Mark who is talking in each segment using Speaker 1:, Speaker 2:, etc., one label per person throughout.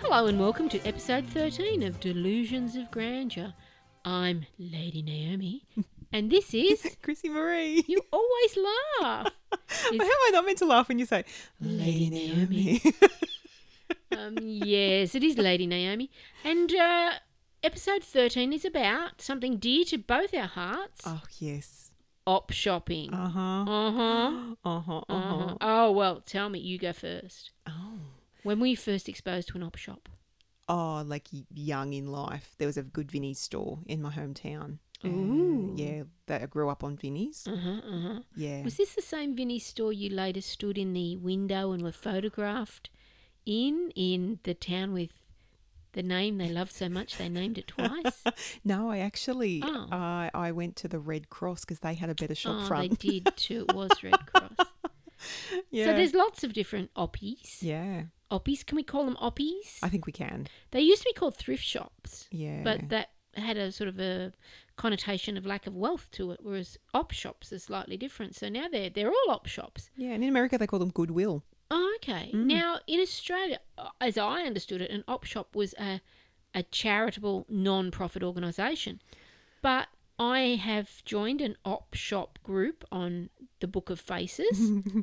Speaker 1: Hello and welcome to episode 13 of Delusions of Grandeur. I'm Lady Naomi, and this is
Speaker 2: Chrissy Marie.
Speaker 1: You Always Laugh.
Speaker 2: How am I not meant to laugh when you say Lady Naomi?
Speaker 1: Um, yes, it is Lady Naomi. And uh, episode 13 is about something dear to both our hearts
Speaker 2: oh yes.
Speaker 1: op shopping.
Speaker 2: Uh huh.
Speaker 1: Uh huh.
Speaker 2: Uh huh. Uh
Speaker 1: Uh-huh.
Speaker 2: huh.
Speaker 1: Oh, well, tell me, you go first.
Speaker 2: Oh.
Speaker 1: When were you first exposed to an op shop?
Speaker 2: Oh, like y- young in life, there was a good Vinnie's store in my hometown. Uh,
Speaker 1: Ooh.
Speaker 2: yeah, that I grew up on Vinnie's.
Speaker 1: Uh huh, uh huh.
Speaker 2: Yeah.
Speaker 1: Was this the same Vinnie store you later stood in the window and were photographed in in the town with the name they loved so much they named it twice?
Speaker 2: No, I actually
Speaker 1: Oh.
Speaker 2: I I went to the Red Cross because they had a better shop
Speaker 1: oh,
Speaker 2: front.
Speaker 1: they did too. It was Red Cross.
Speaker 2: yeah.
Speaker 1: So there's lots of different oppies.
Speaker 2: yeah,
Speaker 1: Oppies, can we call them oppies?
Speaker 2: I think we can.
Speaker 1: They used to be called thrift shops,
Speaker 2: Yeah.
Speaker 1: but that had a sort of a connotation of lack of wealth to it, whereas op shops are slightly different. So now they're they're all op shops.
Speaker 2: yeah, and in America they call them Goodwill.
Speaker 1: Oh, okay.
Speaker 2: Mm.
Speaker 1: Now, in Australia, uh, as I understood it, an op shop was a, a charitable non profit organisation. But I have joined an op shop group on the Book of Faces,
Speaker 2: Mm-hmm.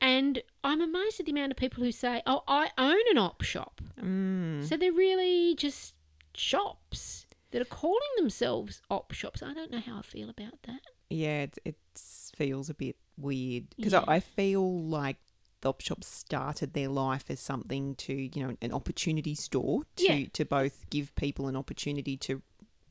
Speaker 1: and I'm amazed at the amount of people who say, Oh, I own an op shop.
Speaker 2: mm.
Speaker 1: So they're really just shops that are calling themselves op shops. I don't know how I feel about that.
Speaker 2: Yeah, it, it feels a bit weird because
Speaker 1: Yeah.
Speaker 2: I, I feel like the op shop started their life as something to you know an opportunity store to
Speaker 1: Yeah.
Speaker 2: to both give people an opportunity to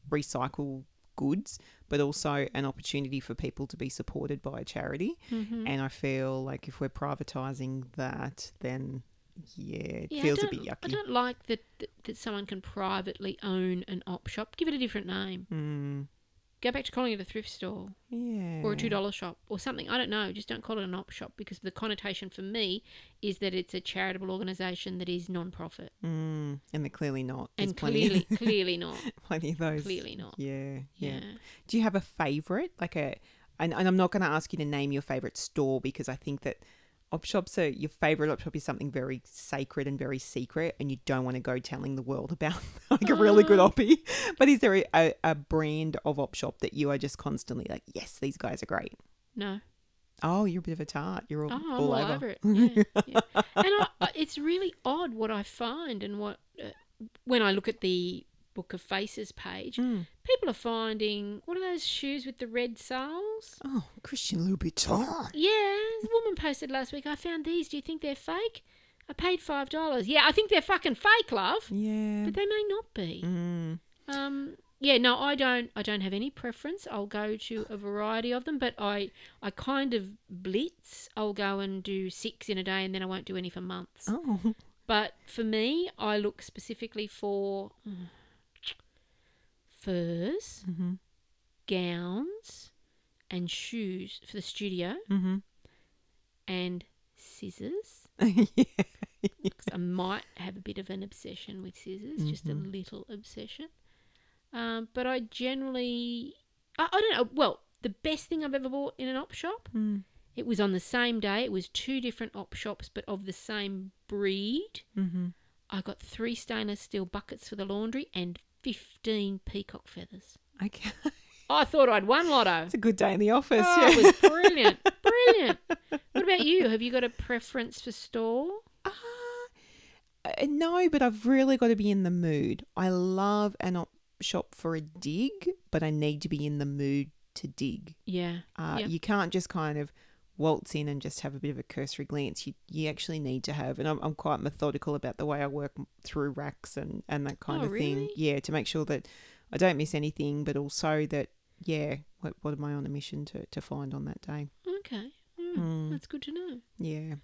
Speaker 2: recycle goods but also an opportunity for people to be supported by a charity
Speaker 1: Mm-hmm.
Speaker 2: and i feel like if we're privatizing that then yeah it
Speaker 1: Yeah, I
Speaker 2: feels a
Speaker 1: don't-
Speaker 2: bit
Speaker 1: I
Speaker 2: yucky
Speaker 1: don't like that, that that someone can privately own an op shop. Give it a different name.
Speaker 2: mm,
Speaker 1: Go back to calling it a thrift store
Speaker 2: yeah
Speaker 1: or a two dollar shop or something. I don't know. Just don't call it an op shop because the connotation for me is that it's a charitable organisation that is non-profit
Speaker 2: mm, and they're clearly not There's
Speaker 1: and
Speaker 2: plenty,
Speaker 1: clearly, clearly not,
Speaker 2: plenty of those
Speaker 1: clearly not.
Speaker 2: yeah
Speaker 1: Yeah.
Speaker 2: yeah Do you have a favorite? Like a, and, and I'm not going to ask you to name your favorite store because I think that op shops are your favorite op shop is something very sacred and very secret, and you don't want to go telling the world about like a really good
Speaker 1: Um.
Speaker 2: oppie. But is there a, a, a brand of op shop that you are just constantly like, yes, these guys are great?
Speaker 1: No.
Speaker 2: Oh, you're a bit of a tart. You're all,
Speaker 1: Oh, I'm
Speaker 2: all, over.
Speaker 1: it. Yeah, yeah. And I, I- it's really odd what I find and what uh, when I look at the Book of Faces page,
Speaker 2: Mm.
Speaker 1: people are finding what are those shoes with the red soles?
Speaker 2: Oh, Christian Louboutin.
Speaker 1: Yeah, this woman posted last week. I found these. Do you think they're fake? I paid five dollars. Yeah, I think they're fucking fake, love.
Speaker 2: Yeah.
Speaker 1: But they may not be.
Speaker 2: Mm.
Speaker 1: Um, yeah, no, I don't. I don't have any preference. I'll go to a variety of them, but I, I kind of blitz. I'll go and do six in a day, and then I won't do any for months.
Speaker 2: Oh.
Speaker 1: But for me, I look specifically for mm, furs,
Speaker 2: Mm-hmm.
Speaker 1: gowns, and shoes for the studio,
Speaker 2: Mm-hmm.
Speaker 1: and scissors.
Speaker 2: yeah.
Speaker 1: 'cause I might have a bit of an obsession with scissors, just a little obsession. Um, but I generally, I, I don't know. Well, the best thing I've ever bought in an op shop,
Speaker 2: Mm.
Speaker 1: it was on the same day. It was two different op shops, but of the same breed.
Speaker 2: Mm-hmm.
Speaker 1: I got three stainless steel buckets for the laundry and 15 peacock feathers.
Speaker 2: Okay.
Speaker 1: I thought I'd won lotto.
Speaker 2: It's a good day in the office.
Speaker 1: Oh,
Speaker 2: yeah.
Speaker 1: it was brilliant. Brilliant. What about you? Have you got a preference for store?
Speaker 2: Ah, uh, no, but I've really got to be in the mood. I love an op shop for a dig, but I need to be in the mood to dig.
Speaker 1: Yeah.
Speaker 2: Uh,
Speaker 1: Yeah.
Speaker 2: You can't just kind of waltz in and just have a bit of a cursory glance. You you actually need to have, and I'm, I'm quite methodical about the way I work m- through racks and and that kind
Speaker 1: Oh,
Speaker 2: of thing.
Speaker 1: really?
Speaker 2: Yeah, to make sure that I don't miss anything, but also that yeah, what what am I on a mission to to find on that day?
Speaker 1: Okay. Mm,
Speaker 2: Mm.
Speaker 1: That's good to know.
Speaker 2: Yeah.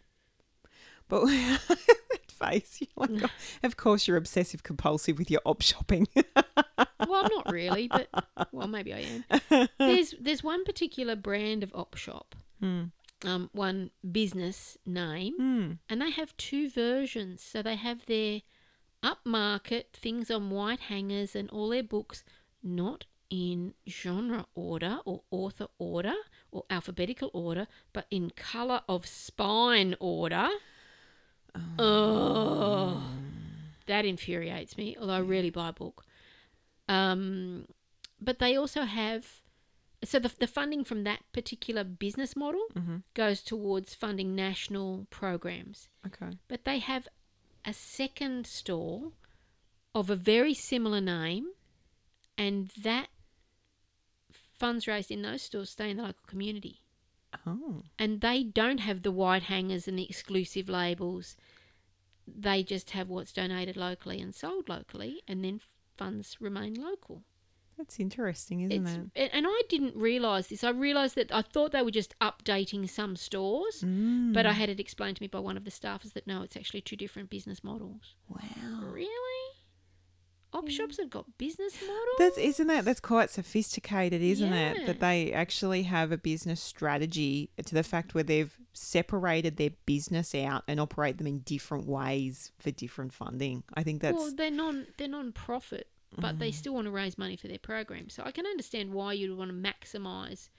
Speaker 2: But that face, you're
Speaker 1: Mm.
Speaker 2: like, "Oh, of course you're obsessive compulsive with your op shopping.
Speaker 1: well, I'm not really, but well, maybe I am. There's there's one particular brand of op shop,
Speaker 2: Mm.
Speaker 1: um, one business name,
Speaker 2: Mm.
Speaker 1: and they have two versions. So they have their upmarket things on white hangers and all their books not in genre order or author order or alphabetical order, but in color of spine order. Oh. that infuriates me, although I rarely buy a book. Um, but they also have, so the, the funding from that particular business model
Speaker 2: Mm-hmm.
Speaker 1: goes towards funding national programs.
Speaker 2: Okay.
Speaker 1: But they have a second store of a very similar name, and that funds raised in those stores stay in the local community.
Speaker 2: Oh.
Speaker 1: And they don't have the wide hangers and the exclusive labels. They just have what's donated locally and sold locally, and then funds remain local.
Speaker 2: That's interesting, isn't
Speaker 1: It's-
Speaker 2: it?
Speaker 1: a- And I didn't realise this. I realised that I thought they were just updating some stores,
Speaker 2: Mm.
Speaker 1: but I had it explained to me by one of the staffers that no, it's actually two different business models.
Speaker 2: wow.
Speaker 1: Really? Op shops have got business models?
Speaker 2: That's isn't that that's quite sophisticated, isn't it?
Speaker 1: Yeah.
Speaker 2: That they actually have a business strategy to the fact where they've separated their business out and operate them in different ways for different funding. I think that's Mm.
Speaker 1: well, they're non they're non profit, but they still want to raise money for their program. So I can understand why you'd want to maximise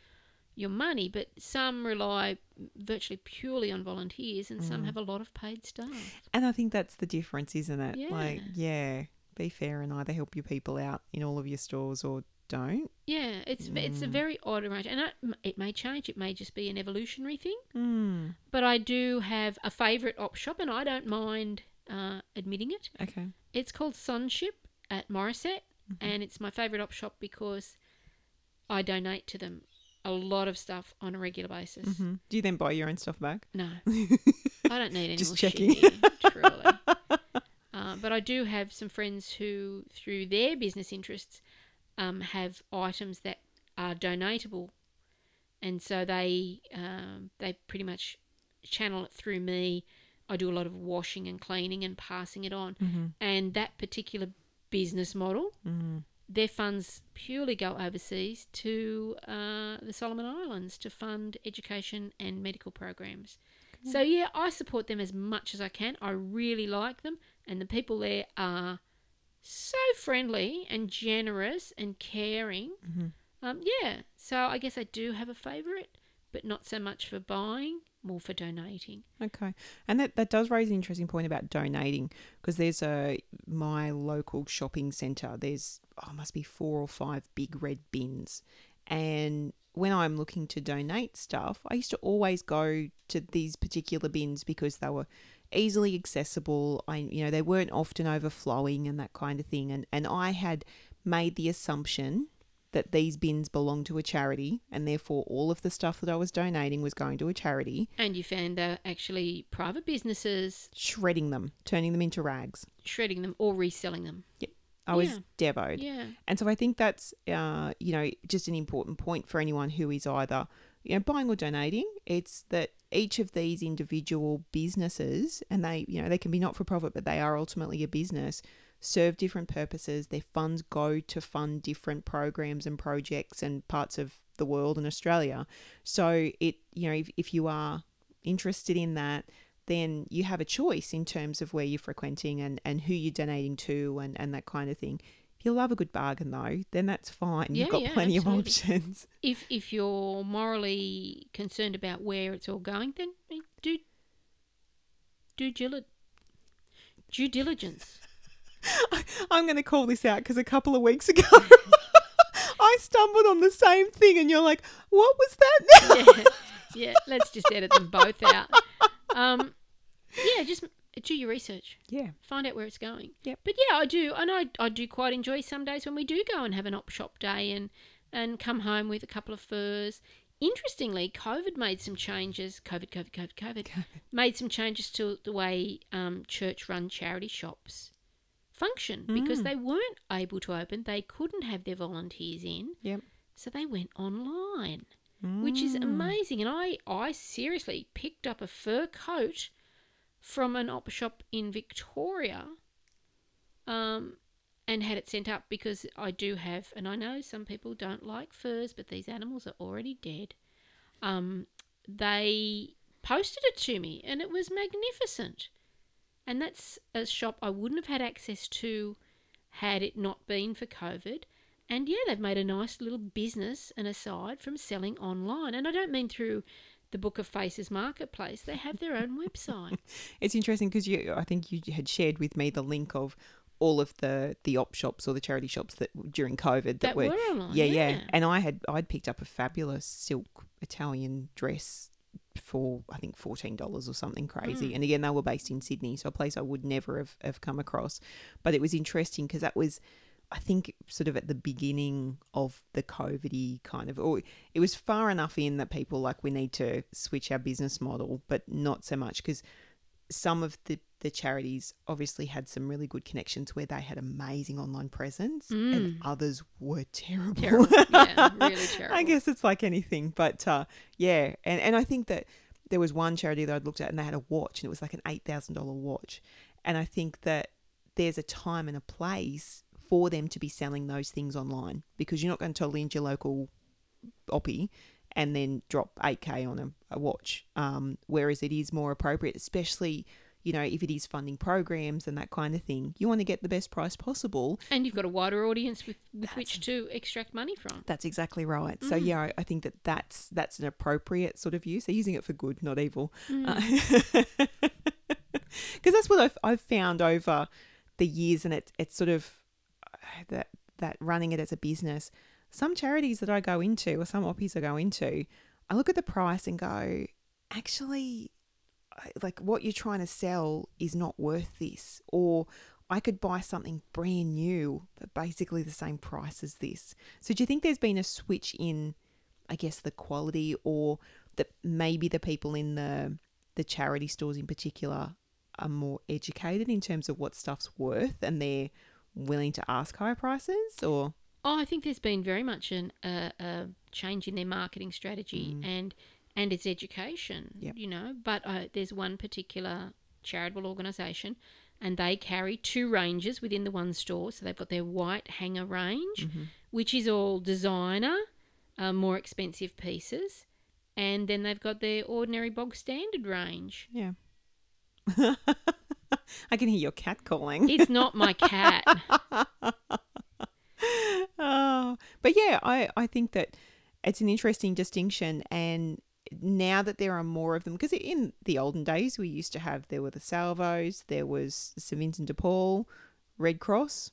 Speaker 1: your money, but some rely virtually purely on volunteers, and
Speaker 2: Mm.
Speaker 1: some have a lot of paid staff.
Speaker 2: and I think that's the difference, isn't it?
Speaker 1: Yeah.
Speaker 2: Like, yeah, be fair and either help your people out in all of your stores or don't.
Speaker 1: Yeah, it's it's
Speaker 2: Mm.
Speaker 1: a very odd arrangement, and I, it may change. It may just be an evolutionary thing.
Speaker 2: Mm.
Speaker 1: But I do have a favourite op shop, and I don't mind uh, admitting it.
Speaker 2: Okay.
Speaker 1: It's called Sunship at Morisset, and it's my favourite op shop because I donate to them a lot of stuff on a regular basis.
Speaker 2: hmm Do you then buy your own stuff back?
Speaker 1: No,
Speaker 2: Mm.
Speaker 1: I don't need any
Speaker 2: Just
Speaker 1: more
Speaker 2: checking.
Speaker 1: shit here, truly. Uh, but I do have some friends who, through their business interests, um, have items that are donatable, and so they um, they pretty much channel it through me. I do a lot of washing and cleaning and passing it on,
Speaker 2: Mm-hmm.
Speaker 1: and that particular business model, their funds purely go overseas to uh, the Solomon Islands to fund education and medical programs. So yeah, I support them as much as I can. I really like them, and the people there are so friendly and generous and caring. Um, yeah, so I guess I do have a favourite, but not so much for buying, more for donating.
Speaker 2: Okay. And that, that does raise an interesting point about donating because there's a my local shopping centre, there's oh must be four or five big red bins. And when I'm looking to donate stuff, I used to always go to these particular bins because they were easily accessible. I you know, they weren't often overflowing and that kind of thing. And and I had made the assumption that these bins belonged to a charity and therefore all of the stuff that I was donating was going to a charity
Speaker 1: And you found uh, actually private businesses
Speaker 2: shredding them, turning them into rags.
Speaker 1: shredding them or reselling them.
Speaker 2: I was
Speaker 1: Yeah.
Speaker 2: devoed.
Speaker 1: Yeah,
Speaker 2: And so I think that's, uh, you know, just an important point for anyone who is either, you know, buying or donating. It's that each of these individual businesses, and they, you know, they can be not for profit, but they are ultimately a business, serve different purposes. Their funds go to fund different programs and projects and parts of the world and Australia. So it, you know, if, if you are interested in that, then you have a choice in terms of where you're frequenting and, and who you're donating to and, and that kind of thing. If you love a good bargain though, then that's fine.
Speaker 1: Yeah,
Speaker 2: You've got
Speaker 1: yeah,
Speaker 2: plenty of
Speaker 1: absolutely.
Speaker 2: options.
Speaker 1: if if you're morally concerned about where it's all going, then eh, do do due, due diligence.
Speaker 2: I'm going to call this out because a couple of weeks ago I stumbled on the same thing and you're like, what was that?
Speaker 1: yeah, yeah. Let's just edit them both out. Um, yeah, just do your research.
Speaker 2: yeah.
Speaker 1: Find out where it's going.
Speaker 2: Yep.
Speaker 1: But yeah, I do, and I I do quite enjoy some days when we do go and have an op shop day and and come home with a couple of furs. Interestingly, COVID made some changes. COVID, COVID, COVID, COVID made some changes to the way um, church-run charity shops function because
Speaker 2: Mm.
Speaker 1: they weren't able to open. They couldn't have their volunteers in.
Speaker 2: Yep.
Speaker 1: So they went online, which
Speaker 2: Mm.
Speaker 1: is amazing. And I, I seriously picked up a fur coat from an op shop in Victoria um, and had it sent up because I do have, and I know some people don't like furs, but these animals are already dead. Um, they posted it to me and it was magnificent. And that's a shop I wouldn't have had access to had it not been for COVID. And yeah, they've made a nice little business and aside from selling online. And I don't mean through the Book of Faces Marketplace. They have their own website.
Speaker 2: It's interesting because you, I think you had shared with me the link of all of the the op shops or the charity shops that during COVID that,
Speaker 1: that were online.
Speaker 2: yeah, yeah, And I had I'd picked up a fabulous silk Italian dress for I think fourteen dollars or something crazy. And again, they were based in Sydney, so a place I would never have, have come across. But it was interesting because that was. I think sort of at the beginning of the COVIDy kind of, or it was far enough in that people like we need to switch our business model, but not so much because some of the the charities obviously had some really good connections where they had amazing online presence and others were terrible.
Speaker 1: Terrible. Yeah, really terrible.
Speaker 2: I guess it's like anything, but uh, yeah, and and I think that there was one charity that I'd looked at and they had a watch and it was like an eight thousand dollar watch, and I think that there's a time and a place for them to be selling those things online because you're not going to totally into your local oppie and then drop 8k on a, a watch um, whereas it is more appropriate especially you know if it is funding programs and that kind of thing you want to get the best price possible
Speaker 1: And you've got a wider audience with, with which to extract money from.
Speaker 2: that's exactly right so yeah I, I think that that's that's an appropriate sort of use they're using it for good not evil because that's what I've, I've found over the years and it, it's sort of uh, that that running it as a business some charities that i go into or some oppies i go into i look at the price and go actually I- like what you're trying to sell is not worth this or i could buy something brand new for basically the same price as this so do you think there's been a switch in i guess the quality or that maybe the people in the the charity stores in particular are more educated in terms of what stuff's worth and they're willing to ask higher prices or
Speaker 1: Oh, I think there's been very much an, uh, a change in their marketing strategy and and its education.
Speaker 2: Mm. Yep.
Speaker 1: You know, but uh, there's one particular charitable organisation, and they carry two ranges within the one store. So they've got their white hanger range,
Speaker 2: Mm-hmm.
Speaker 1: which is all designer, uh, more expensive pieces, and then they've got their ordinary bog standard range.
Speaker 2: yeah i can hear your cat calling
Speaker 1: It's not my cat.
Speaker 2: oh, but yeah, I, I think that it's an interesting distinction. And now that there are more of them, because in the olden days, we used to have there were the Salvos, there was St. Vincent de Paul, Red Cross.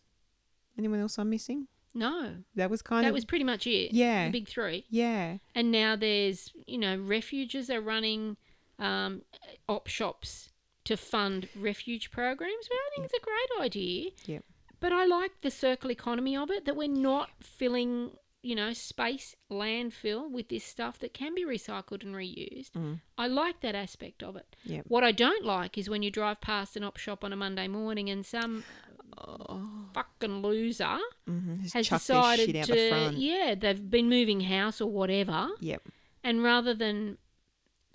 Speaker 2: Anyone else I'm missing?
Speaker 1: No,
Speaker 2: That was kind
Speaker 1: that
Speaker 2: of.
Speaker 1: was pretty much it.
Speaker 2: Yeah.
Speaker 1: the big three.
Speaker 2: yeah.
Speaker 1: And now there's, you know, refuges are running um, op shops to fund refuge programs. Well, I think it's a great idea.
Speaker 2: Yep.
Speaker 1: But I like the circle economy of it that we're not filling, you know, space landfill with this stuff that can be recycled and reused. I like that aspect of it.
Speaker 2: Mm-hmm. Yep.
Speaker 1: What I don't like is when you drive past an op shop on a Monday morning and some fucking loser
Speaker 2: Mm-hmm. Just
Speaker 1: Oh. has
Speaker 2: chuck their
Speaker 1: decided
Speaker 2: shit out
Speaker 1: to
Speaker 2: the front.
Speaker 1: yeah they've been moving house or whatever
Speaker 2: Yep.
Speaker 1: and rather than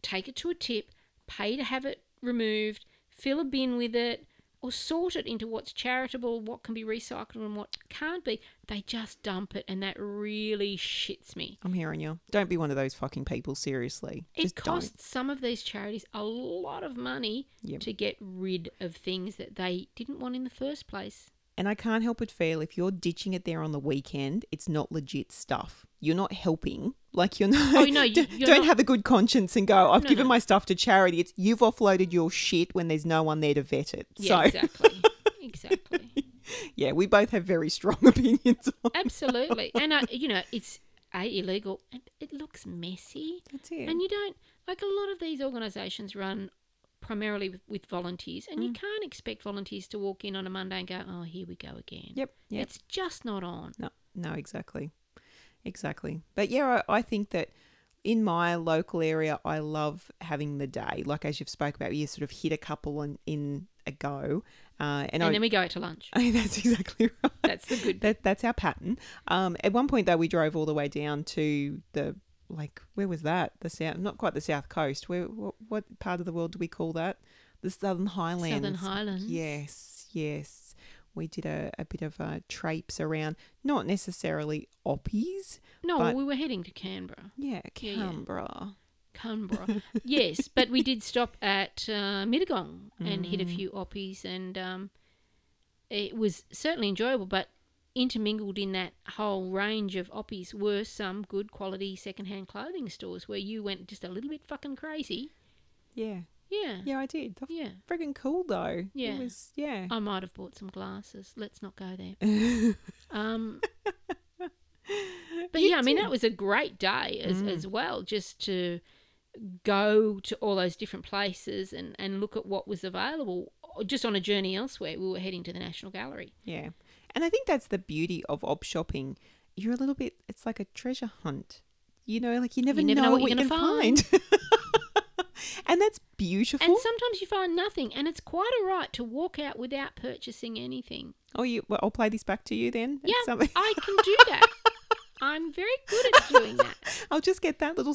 Speaker 1: take it to a tip pay to have it removed fill a bin with it or sort it into what's charitable what can be recycled and what can't be they just dump it and that really shits me
Speaker 2: I'm hearing you. Don't be one of those fucking people, seriously.
Speaker 1: it
Speaker 2: Just
Speaker 1: costs some of these charities a lot of money
Speaker 2: Yep.
Speaker 1: to get rid of things that they didn't want in the first place
Speaker 2: And I can't help but feel if you're ditching it there on the weekend, it's not legit stuff. You're not helping. Like you're not.
Speaker 1: Oh, no, you-
Speaker 2: don't,
Speaker 1: you're
Speaker 2: don't
Speaker 1: not-
Speaker 2: have a good conscience and go. I've
Speaker 1: No,
Speaker 2: given
Speaker 1: no.
Speaker 2: my stuff to charity. It's you've offloaded your shit when there's no one there to vet it.
Speaker 1: yeah
Speaker 2: so
Speaker 1: exactly exactly
Speaker 2: yeah, we both have very strong opinions. on
Speaker 1: Absolutely. and, I, you know, it's A, illegal, and it looks messy.
Speaker 2: That's it.
Speaker 1: And you don't, like a lot of these organisations run primarily with, with volunteers, and you
Speaker 2: Mm.
Speaker 1: can't expect volunteers to walk in on a Monday and go, oh, here we go again.
Speaker 2: yep. Yep.
Speaker 1: It's just not on.
Speaker 2: No, no, exactly. Exactly. But yeah, I, I think that in my local area, I love having the day. Like as you've spoke about, you sort of hit a couple in, in a go. Uh, and
Speaker 1: And
Speaker 2: I,
Speaker 1: then we go to lunch.
Speaker 2: that's exactly right.
Speaker 1: That's the good bit.
Speaker 2: That, that's our pattern. Um, at one point though, we drove all the way down to the like where was that? The south, not quite the south coast. Where what, what part of the world do we call that? The Southern Highlands.
Speaker 1: Southern Highlands.
Speaker 2: Yes, yes. We did a, a bit of a traipse around, not necessarily oppies.
Speaker 1: No,
Speaker 2: but-
Speaker 1: we were heading to Canberra.
Speaker 2: Yeah,
Speaker 1: Yeah, yeah.
Speaker 2: Canberra.
Speaker 1: Canberra. yes, but we did stop at uh, Mittagong and hit a few oppies, and um, it was certainly enjoyable. But intermingled in that whole range of oppies were some good quality secondhand clothing stores where you went just a little bit fucking crazy.
Speaker 2: Yeah.
Speaker 1: Yeah.
Speaker 2: Yeah, I did. They're
Speaker 1: Yeah.
Speaker 2: friggin' cool though.
Speaker 1: Yeah.
Speaker 2: It was, yeah.
Speaker 1: I might have bought some glasses. Let's not go there. Um, but yeah, I mean, that was a great day as,
Speaker 2: Mm.
Speaker 1: as well, just to go to all those different places and, and look at what was available or just on a journey elsewhere. We were heading to the National Gallery.
Speaker 2: yeah. And I think that's the beauty of op shopping. You're a little bit, it's like a treasure hunt. You know, like you never,
Speaker 1: never know what
Speaker 2: you
Speaker 1: you're
Speaker 2: can
Speaker 1: gonna
Speaker 2: find. and that's beautiful.
Speaker 1: And sometimes you find nothing, and it's quite all right to walk out without purchasing anything.
Speaker 2: oh, you, well, I'll play this back to you then. at
Speaker 1: Yeah,
Speaker 2: some-
Speaker 1: I can do that. I'm very good at doing that.
Speaker 2: I'll just get that little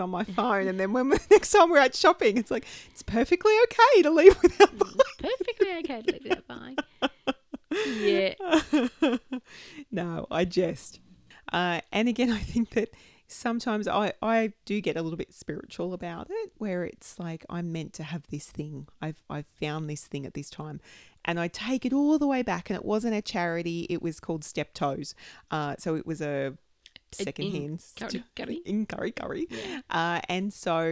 Speaker 2: on my phone, and then when we're, next time we're out shopping, it's like it's perfectly okay to leave without.
Speaker 1: Perfectly okay to live without buying. Yeah.
Speaker 2: no, I jest. Uh, and again, I think that sometimes I, I do get a little bit spiritual about it, where it's like I'm meant to have this thing. I've I've found this thing at this time, and I take it all the way back. And it wasn't a charity; it was called Step Toes. Uh, so it was a secondhand
Speaker 1: curry- curry?
Speaker 2: in curry curry. Uh, and so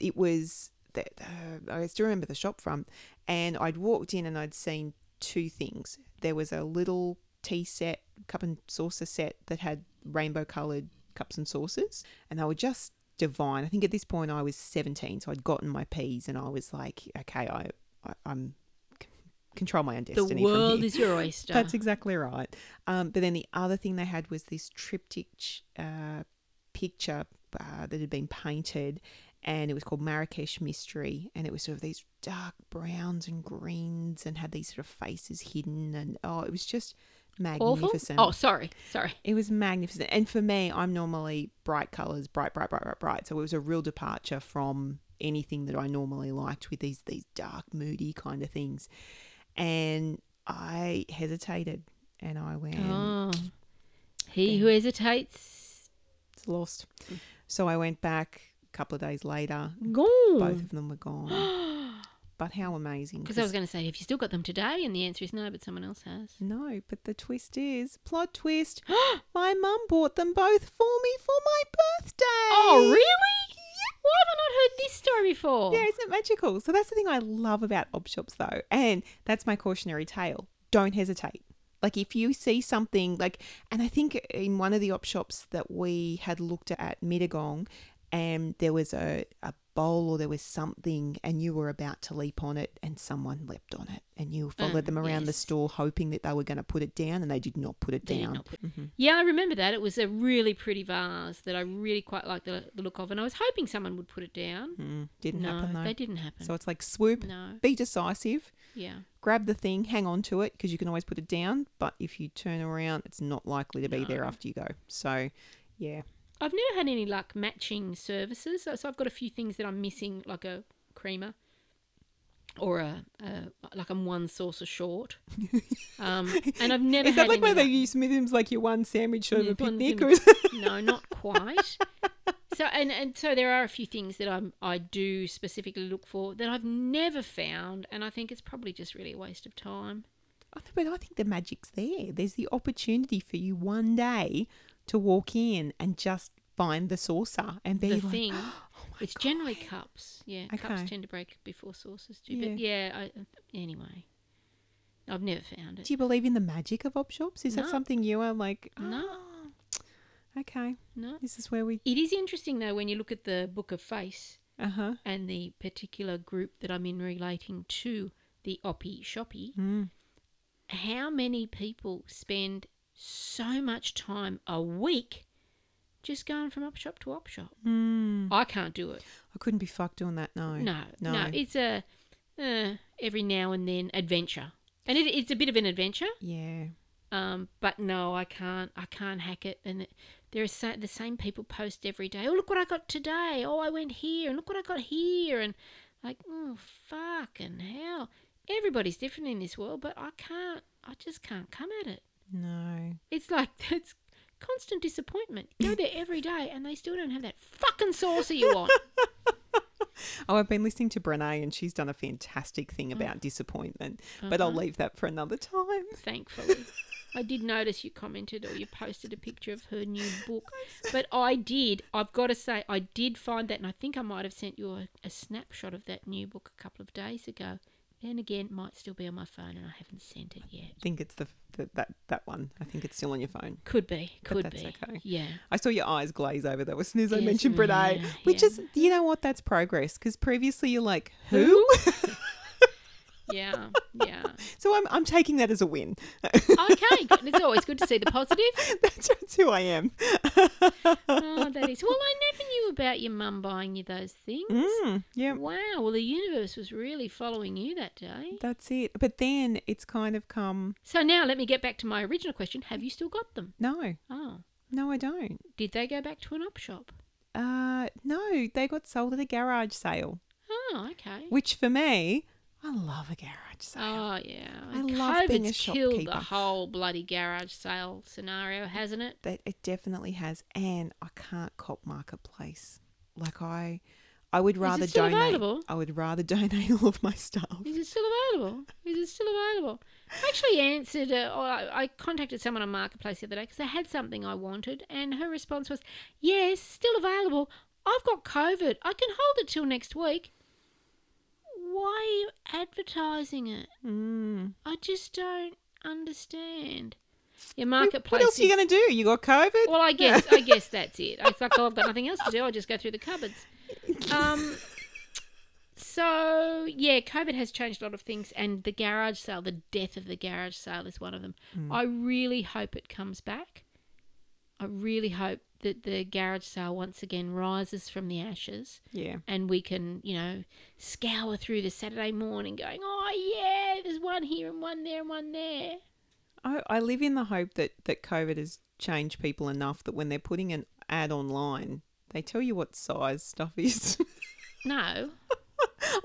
Speaker 2: it was that uh, I still remember the shop front, and I'd walked in and I'd seen two things. There was a little tea set, cup and saucer set that had rainbow coloured cups and saucers, and they were just divine. I think at this point I was 17, so I'd gotten my P's, and I was like, okay, I, I I'm c- control my own
Speaker 1: The
Speaker 2: destiny. from
Speaker 1: world
Speaker 2: here.
Speaker 1: is your oyster.
Speaker 2: That's exactly right. Um, but then the other thing they had was this triptych uh, picture uh, that had been painted, and it was called Marrakesh Mystery, and it was sort of these dark browns and greens, and had these sort of faces hidden, and oh, it was just
Speaker 1: Awful.
Speaker 2: magnificent.
Speaker 1: Oh, sorry. Sorry.
Speaker 2: It was magnificent. And for me, I'm normally bright colours, bright, bright, bright, bright, bright. So it was a real departure from anything that I normally liked with these these dark, moody kind of things. And I hesitated and I went,
Speaker 1: Oh. He who hesitates.
Speaker 2: it's lost. So I went back a couple of days later.
Speaker 1: Hmm.
Speaker 2: Both
Speaker 1: Gone.
Speaker 2: of them were gone. but how amazing.
Speaker 1: Because I was going to say, have you still got them today? And the answer is no, but someone else has.
Speaker 2: No, but the twist is plot twist. my mum bought them both for me for my birthday.
Speaker 1: Oh, really? Why have I not heard this story before?
Speaker 2: Yeah, isn't it magical? So that's the thing I love about ob shops, though, and that's my cautionary tale. Don't hesitate. Like if you see something like, and I think in one of the op shops that we had looked at Mittagong, and there was a, a bowl or there was something, and you were about to leap on it, and someone leapt on it, and you followed them around the
Speaker 1: Mm, yes.
Speaker 2: store hoping that they were going to put it down, and they did not put it
Speaker 1: They did
Speaker 2: down. Mm-hmm.
Speaker 1: not put- Yeah, I remember that. It was a really pretty vase that I really quite liked the, the look of, and I was hoping someone would put it down.
Speaker 2: Mm, didn't
Speaker 1: no,
Speaker 2: happen though.
Speaker 1: they didn't happen.
Speaker 2: So it's like swoop,
Speaker 1: no,
Speaker 2: be decisive,
Speaker 1: yeah.
Speaker 2: grab the thing, hang on to it because you can always put it down. But if you turn around, it's not likely to be there after you go. So, yeah,
Speaker 1: I've never had any luck matching services, so, so I've got a few things that I'm missing, like a creamer or a, a like I'm one saucer short. um, and I've never
Speaker 2: is that
Speaker 1: had
Speaker 2: like one of
Speaker 1: any
Speaker 2: the euphemisms, like your one sandwich over
Speaker 1: Yeah, one
Speaker 2: picnic? Or
Speaker 1: sandwich.
Speaker 2: is it-
Speaker 1: luck. no, not quite. So and, and so there are a few things that I'm I do specifically look for that I've never found, and I think it's probably just really a waste of time.
Speaker 2: I th- but I think the magic's there. There's the opportunity for you one day to walk in and just find the saucer and be
Speaker 1: the
Speaker 2: like,
Speaker 1: thing.
Speaker 2: oh my
Speaker 1: it's generally cups. Yeah,
Speaker 2: Okay.
Speaker 1: cups tend to break before saucers do. But yeah, I, anyway, I've never found it.
Speaker 2: Do you believe in the magic of op shops? Is that
Speaker 1: No.
Speaker 2: something you Ah. are like?
Speaker 1: No.
Speaker 2: "Oh, okay,
Speaker 1: No.
Speaker 2: this is where we.
Speaker 1: It is interesting though when you look at the book of face
Speaker 2: Uh huh.
Speaker 1: and the particular group that I'm in relating to the oppie shoppy,
Speaker 2: Mm.
Speaker 1: how many people spend so much time a week just going from op shop to op shop?
Speaker 2: Mm.
Speaker 1: I can't do it.
Speaker 2: I couldn't be fucked doing that. No.
Speaker 1: No,
Speaker 2: No.
Speaker 1: no, it's a uh, every now and then adventure, and it, it's a bit of an adventure.
Speaker 2: Yeah.
Speaker 1: Um, but no, I can't. I can't hack it. And there are sa- the same people post every day. Oh, look what I got today. Oh, I went here, and look what I got here, and like, oh, fucking hell. Everybody's different in this world, but I can't. I just can't come at it.
Speaker 2: No.
Speaker 1: It's like it's constant disappointment. Go there every day, and they still don't have that fucking saucer you want.
Speaker 2: Oh, I've been listening to Brene and she's done a
Speaker 1: Mm. Mm-hmm.
Speaker 2: fantastic thing about disappointment, but I'll leave that for another time.
Speaker 1: Thankfully, I did notice you commented or you posted a picture of her new book, but I did. I've got to say, I did find that, and I think I might have sent you a, a snapshot of that new book a couple of days ago. Then again, it might still be on my phone, and I haven't sent it yet.
Speaker 2: I think it's the, the that that one. I think it's still on your phone.
Speaker 1: Could be,
Speaker 2: But
Speaker 1: could
Speaker 2: that's
Speaker 1: be.
Speaker 2: okay.
Speaker 1: Yeah,
Speaker 2: I saw your eyes glaze over though as soon as I
Speaker 1: Yes,
Speaker 2: mentioned Brene,
Speaker 1: yeah,
Speaker 2: which
Speaker 1: yeah.
Speaker 2: is you know what that's progress because previously you're like who?
Speaker 1: yeah, yeah.
Speaker 2: so I'm I'm taking that as a win.
Speaker 1: Okay, good. it's always good to see the positive.
Speaker 2: that's, that's who I am.
Speaker 1: Oh, that is. Well, I never knew about your mum buying you those things.
Speaker 2: Mm, yeah,
Speaker 1: Wow. Well, the universe was really following you that day.
Speaker 2: that's it. But then it's kind of come
Speaker 1: So now let me get back to my original question. Have you still got them?
Speaker 2: no,
Speaker 1: Oh.
Speaker 2: no, I don't.
Speaker 1: Did they go back to an op shop?
Speaker 2: Uh, no, they got sold at a garage sale,
Speaker 1: Oh, okay.
Speaker 2: which for me, I love a garage sale.
Speaker 1: Oh, yeah.
Speaker 2: I love being a
Speaker 1: COVID's killed the
Speaker 2: shopkeeper.
Speaker 1: whole bloody garage sale scenario, hasn't it?
Speaker 2: that it definitely has and i can't cop marketplace like i i would rather
Speaker 1: still
Speaker 2: donate
Speaker 1: available?
Speaker 2: i would rather donate all of my stuff
Speaker 1: Is it still available? Is it still available? I actually answered, uh, or I I contacted someone on Marketplace the other day because they had something I wanted, and her response was, Yes, still available. I've got COVID. I can hold it till next week. Why are you advertising it?
Speaker 2: mm.
Speaker 1: I just don't understand. Your
Speaker 2: what
Speaker 1: marketplace.
Speaker 2: else are you
Speaker 1: is-
Speaker 2: going to do you got covid
Speaker 1: well, I guess I guess that's it. It's like oh, I've got nothing else to do. I'll just go through the cupboards. Um, so yeah, COVID has changed a lot of things, and the garage sale, the death of the garage sale, is one of them.
Speaker 2: Mm.
Speaker 1: I really hope it comes back. I really hope that the garage sale once again rises from the ashes
Speaker 2: yeah
Speaker 1: and we can, you know, scour through the Saturday morning going, oh, yeah, there's one here and one there and one there.
Speaker 2: I, I live in the hope that that covid has changed people enough that when they're putting an ad online they tell you what size stuff is
Speaker 1: No,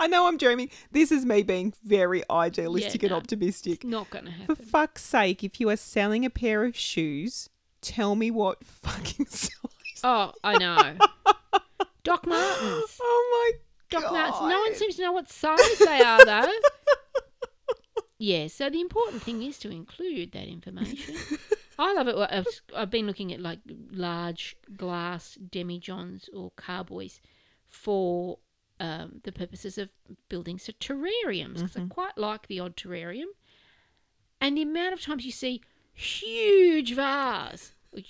Speaker 2: i know i'm dreaming this is me being very idealistic
Speaker 1: no.
Speaker 2: and optimistic
Speaker 1: not going to
Speaker 2: for
Speaker 1: happen.
Speaker 2: fuck's sake if you are selling a pair of shoes tell me what fucking size
Speaker 1: Oh, I know. Doc Martens.
Speaker 2: Oh my
Speaker 1: Doc
Speaker 2: god.
Speaker 1: Martens. No one seems to know what size they are, though. Yeah, so the important thing is to include that information. I love it. when- I've, I've been looking at like large glass demijohns or carboys for um, the purposes of building so terrariums because I quite like the odd terrarium. And the amount of times you see huge vase, a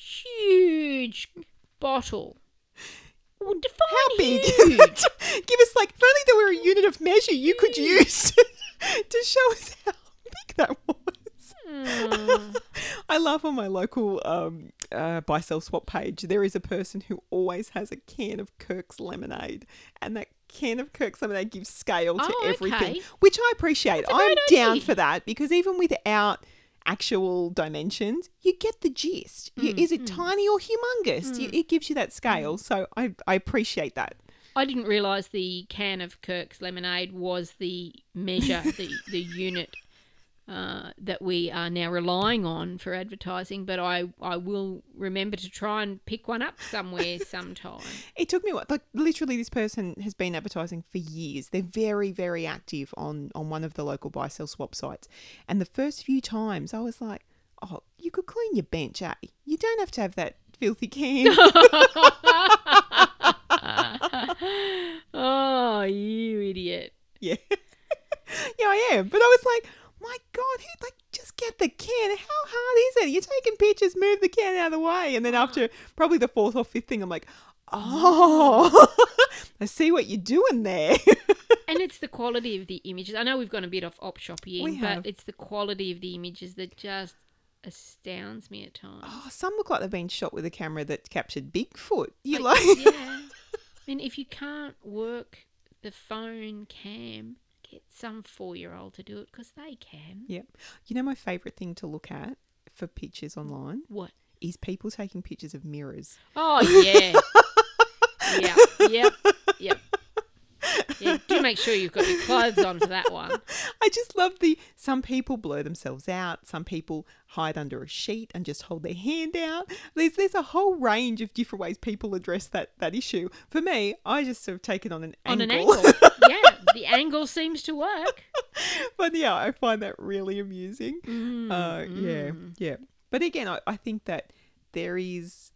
Speaker 1: huge bottle. Well, define
Speaker 2: How big?
Speaker 1: huge.
Speaker 2: Give us like if only there were a unit of measure you could use to show us how big that was.
Speaker 1: Hmm.
Speaker 2: I love on my local um, uh, buy sell swap page. There is a person who always has a can of Kirk's lemonade, and that can of Kirk's lemonade gives scale to
Speaker 1: Oh,
Speaker 2: everything,
Speaker 1: okay.
Speaker 2: which I appreciate.
Speaker 1: a
Speaker 2: I'm
Speaker 1: great
Speaker 2: down
Speaker 1: idea.
Speaker 2: for that because even without actual dimensions, you get the gist. You,
Speaker 1: Mm,
Speaker 2: is it tiny or humongous? You, it gives you that scale, so I, I appreciate that.
Speaker 1: I didn't realise the can of Kirk's lemonade was the measure, the, the unit uh, that we are now relying on for advertising, but I, I will remember to try and pick one up somewhere sometime.
Speaker 2: It took me a while. like literally this person has been advertising for years. They're very very active on on one of the local buy sell swap sites. And the first few times I was like, "Oh, you could clean your bench, eh? You don't have to have that filthy can."
Speaker 1: oh, you idiot.
Speaker 2: yeah. yeah, I am. But I was like, "My god, who like just get the can. How hard is it? You're taking pictures, move the can out of the way." And then after probably the fourth or fifth thing, I'm like, "Oh, I see what you're doing there."
Speaker 1: And it's the quality of the images. I know we've gone a bit off op
Speaker 2: We
Speaker 1: shopping,
Speaker 2: have.
Speaker 1: but it's the quality of the images that just astounds me at times.
Speaker 2: Oh, some look like they've been shot with a camera that captured Bigfoot. You
Speaker 1: Like,
Speaker 2: like?
Speaker 1: yeah. I mean, if you can't work the phone cam, get some four-year-old to do it because they can.
Speaker 2: Yep. You know my favorite thing to look at for pictures online
Speaker 1: What?
Speaker 2: is people taking pictures of mirrors.
Speaker 1: Oh yeah. yeah. Yep. Yep. Yeah. Do make sure you've got your clothes on for that one.
Speaker 2: I just love the some people blur themselves out, some people hide under a sheet and just hold their hand out. There's there's a whole range of different ways people address that that issue. For me, I just sort of take it on an
Speaker 1: On an
Speaker 2: angle.
Speaker 1: angle. yeah. The angle seems to work.
Speaker 2: but yeah, I find that really amusing.
Speaker 1: Mm,
Speaker 2: Uh, yeah, yeah. But again, I, I think that there is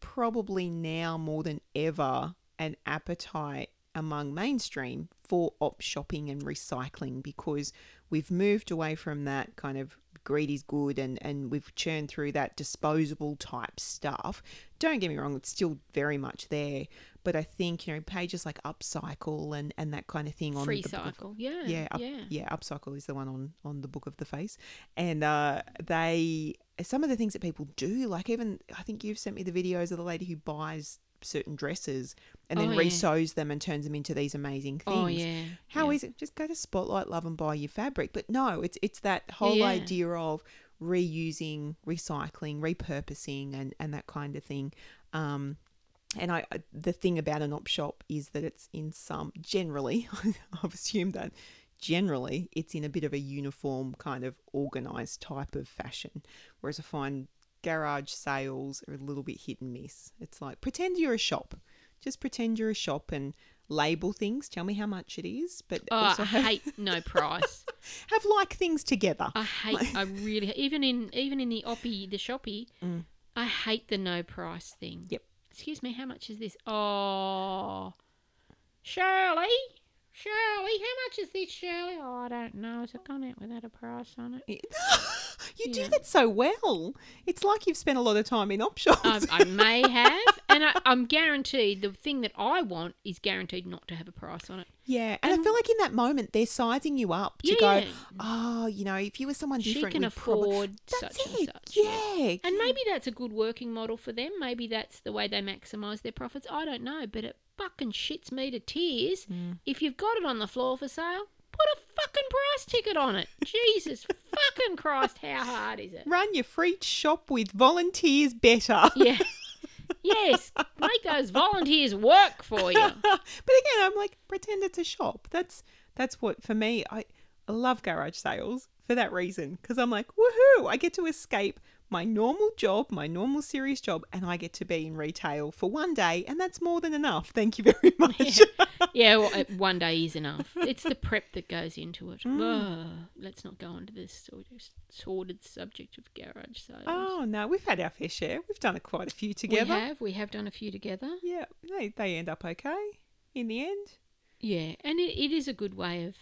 Speaker 2: probably now more than ever an appetite among mainstream for op shopping and recycling because we've moved away from that kind of greed is good and, and we've churned through that disposable type stuff. Don't get me wrong, it's still very much there. But I think, you know, pages like Upcycle and, and that kind of thing on
Speaker 1: Free
Speaker 2: the Book of-
Speaker 1: cycle. Yeah.
Speaker 2: yeah, up,
Speaker 1: yeah.
Speaker 2: yeah, Upcycle is the one on on the Book of the Face, and uh, they some of the things that people do, like even I think you've sent me the videos of the lady who buys certain dresses and then
Speaker 1: Oh, yeah.
Speaker 2: resews them and turns them into these amazing things.
Speaker 1: Oh yeah.
Speaker 2: How
Speaker 1: yeah.
Speaker 2: is it? Just go to Spotlight Love and buy your fabric. But no, it's it's that whole
Speaker 1: yeah.
Speaker 2: idea of reusing, recycling, repurposing, and and that kind of thing. Um, and I I- the thing about an op shop is that it's in some generally, I've assumed that generally it's in a bit of a uniform kind of organized type of fashion, whereas I find garage sales are a little bit hit and miss. It's like pretend you're a shop, just pretend you're a shop and label things. Tell me how much it is, but
Speaker 1: Oh,
Speaker 2: also
Speaker 1: I
Speaker 2: have,
Speaker 1: hate no price.
Speaker 2: have like things together.
Speaker 1: I hate. I really even in even in the oppie the shoppy. I hate the no price thing.
Speaker 2: Mm. Yep.
Speaker 1: Excuse me. How much is this? Oh, Shirley. Shirley, how much is this, Shirley? Oh, I don't know. Has it gone out without a price on it?
Speaker 2: you do
Speaker 1: Yeah.
Speaker 2: that so well. It's like you've spent a lot of time in op shops.
Speaker 1: I, I may have, and I, I'm guaranteed the thing that I want is guaranteed not to have a price on it.
Speaker 2: Yeah, and I feel like in that moment they're sizing you up to
Speaker 1: Yeah,
Speaker 2: go,
Speaker 1: yeah.
Speaker 2: oh, you know, if you were someone
Speaker 1: She
Speaker 2: different,
Speaker 1: can
Speaker 2: we'd prob-"
Speaker 1: afford
Speaker 2: That's
Speaker 1: such
Speaker 2: it.
Speaker 1: and such.
Speaker 2: Yeah,
Speaker 1: And maybe that's a good working model for them. Maybe that's the way they maximise their profits. I don't know, but it fucking shits me to tears.
Speaker 2: Mm.
Speaker 1: If you've got it on the floor for sale, put a fucking price ticket on it. Jesus fucking Christ, how hard is it?
Speaker 2: run your free shop with volunteers better.
Speaker 1: Yeah. Yes, make those volunteers work for you.
Speaker 2: but again, I'm like, pretend it's a shop. That's that's what for me. I, I love garage sales for that reason because I'm like, woohoo! I get to escape my normal job, my normal serious job, and I get to be in retail for one day, and that's more than enough. Thank you very much.
Speaker 1: Yeah, well, uh, one day is enough. It's the prep that goes into it.
Speaker 2: Mm.
Speaker 1: Ugh, let's not go onto this sort of sordid subject of garage sales.
Speaker 2: oh no, we've had our fair share. We've done it quite a few
Speaker 1: we
Speaker 2: together.
Speaker 1: have. We have done a few together.
Speaker 2: Yeah, they, they end up okay in the end.
Speaker 1: Yeah, and it, it is a good way of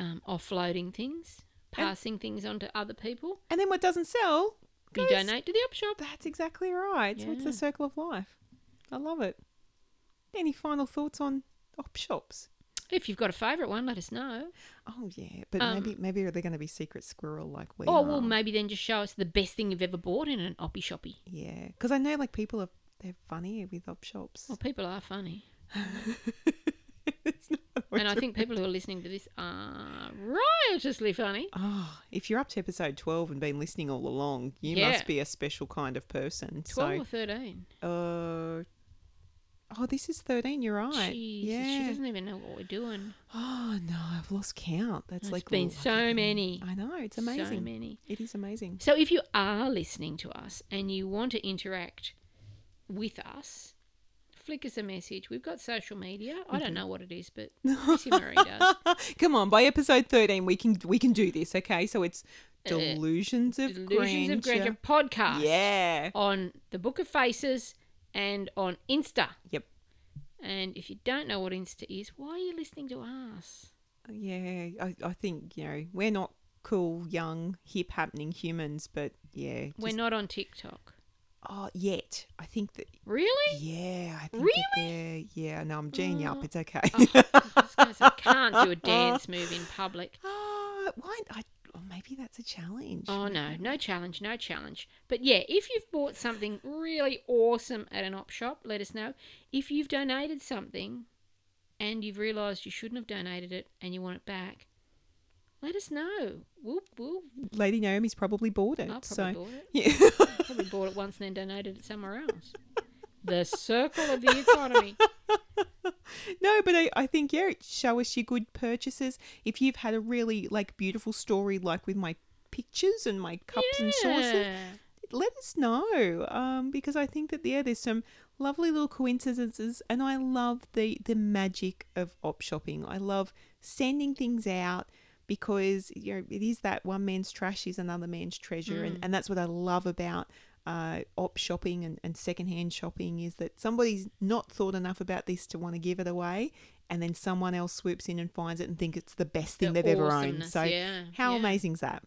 Speaker 1: um, offloading things, passing things on to other people.
Speaker 2: And then what doesn't sell,
Speaker 1: You
Speaker 2: goes-
Speaker 1: donate to the op shop.
Speaker 2: That's exactly right. So it's
Speaker 1: Yeah.
Speaker 2: the circle of life. I love it. Any final thoughts on op shops?
Speaker 1: If you've got a favourite one, let us know.
Speaker 2: Oh yeah, but
Speaker 1: Um,
Speaker 2: maybe maybe are they going to be secret squirrel like we
Speaker 1: Or
Speaker 2: are?
Speaker 1: well, maybe then just show us the best thing you've ever bought in an oppie shoppy.
Speaker 2: yeah, because I know like people are they're funny with op shops.
Speaker 1: Well, people are funny,
Speaker 2: it's not
Speaker 1: and I think people who are listening to this are riotously funny.
Speaker 2: Oh, if you're up to episode twelve and been listening all along, you
Speaker 1: Yeah.
Speaker 2: must be a special kind of person.
Speaker 1: Twelve or thirteen.
Speaker 2: So, uh, oh, this is thirteen. You're right.
Speaker 1: Jesus, she
Speaker 2: yeah.
Speaker 1: doesn't even know what we're doing.
Speaker 2: Oh no, I've lost count. That's
Speaker 1: It's
Speaker 2: like
Speaker 1: been
Speaker 2: lucky
Speaker 1: so
Speaker 2: me.
Speaker 1: many.
Speaker 2: I know it's
Speaker 1: So
Speaker 2: amazing.
Speaker 1: many.
Speaker 2: it is amazing.
Speaker 1: So if you are listening to us and you want to interact with us, flick us a message. We've got social media. I don't know what it is, but Missy Murray does.
Speaker 2: Come on, by episode thirteen, we can we can do this. Okay, so it's delusions of
Speaker 1: Uh, Delusions
Speaker 2: grandeur.
Speaker 1: of Grandeur podcast
Speaker 2: Yeah.
Speaker 1: on the Book of Faces and on Insta.
Speaker 2: Yep.
Speaker 1: And if you don't know what Insta is, why are you listening to us?
Speaker 2: Yeah. I, I think you know we're not cool, young, hip, happening humans, but yeah, just,
Speaker 1: We're not on TikTok.
Speaker 2: oh, yet I think that
Speaker 1: Really?
Speaker 2: yeah, I think
Speaker 1: Really?
Speaker 2: that they're- yeah. No, I'm genie up. It's okay.
Speaker 1: I was gonna say, I can't do a dance move in public.
Speaker 2: Ah, why? I, oh, maybe that's a challenge.
Speaker 1: Oh no, no challenge, no challenge. But yeah, if you've bought something really awesome at an op shop, let us know. If you've donated something and you've realised you shouldn't have donated it and you want it back, let us know. We'll we'll
Speaker 2: Lady Naomi's probably bored it.
Speaker 1: I'll probably
Speaker 2: so
Speaker 1: bought it.
Speaker 2: yeah.
Speaker 1: Probably bought it once and then donated it somewhere else. the circle of the economy.
Speaker 2: No, but I, I think yeah, show us your good purchases. If you've had a really like beautiful story, like with my pictures and my cups and saucers,
Speaker 1: Yeah.
Speaker 2: let us know. Um, because I think that yeah, there's some lovely little coincidences, and I love the the magic of op shopping. I love sending things out. because you know it is that one man's trash is another man's treasure,
Speaker 1: Mm.
Speaker 2: and, and that's what I love about uh, op shopping and, and secondhand shopping is that somebody's not thought enough about this to want to give it away, and then someone else swoops in and finds it and think it's the best thing
Speaker 1: The
Speaker 2: they've ever owned.
Speaker 1: awesomeness,
Speaker 2: So
Speaker 1: yeah,
Speaker 2: how
Speaker 1: yeah.
Speaker 2: amazing is that?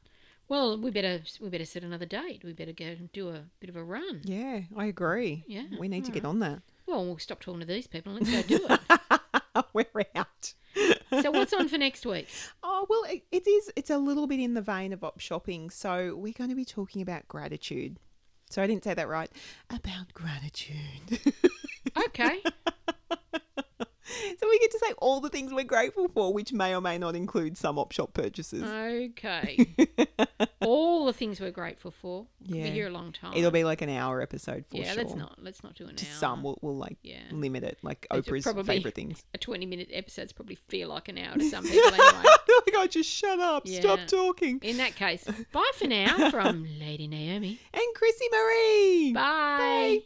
Speaker 1: Well, we better we better set another date. We better go and do a bit of a run.
Speaker 2: Yeah, I agree.
Speaker 1: Yeah,
Speaker 2: we need to
Speaker 1: all
Speaker 2: get on that.
Speaker 1: Well, we'll stop talking to these people and let's go do it.
Speaker 2: We're out.
Speaker 1: so what's on for next week?
Speaker 2: Oh well, it, it is. It's a little bit in the vein of op shopping. So we're going to be talking about gratitude. So I didn't say that right. About gratitude.
Speaker 1: Okay.
Speaker 2: so we get to say all the things we're grateful for, which may or may not include some op shop purchases.
Speaker 1: Mm. Okay. All the things we're grateful for.
Speaker 2: Yeah.
Speaker 1: We're here a long time.
Speaker 2: It'll be like an hour episode for
Speaker 1: yeah,
Speaker 2: sure.
Speaker 1: let's not let's not do an
Speaker 2: To
Speaker 1: hour.
Speaker 2: some, we'll, we'll like
Speaker 1: Yeah.
Speaker 2: limit it, like
Speaker 1: It's
Speaker 2: Oprah's
Speaker 1: probably-
Speaker 2: favorite things.
Speaker 1: A twenty minute episodes probably feel like an hour to some people anyway.
Speaker 2: like, I just shut up,
Speaker 1: Yeah.
Speaker 2: stop talking.
Speaker 1: In that case, bye for now from Lady Naomi.
Speaker 2: And Chrissy Marie.
Speaker 1: Bye.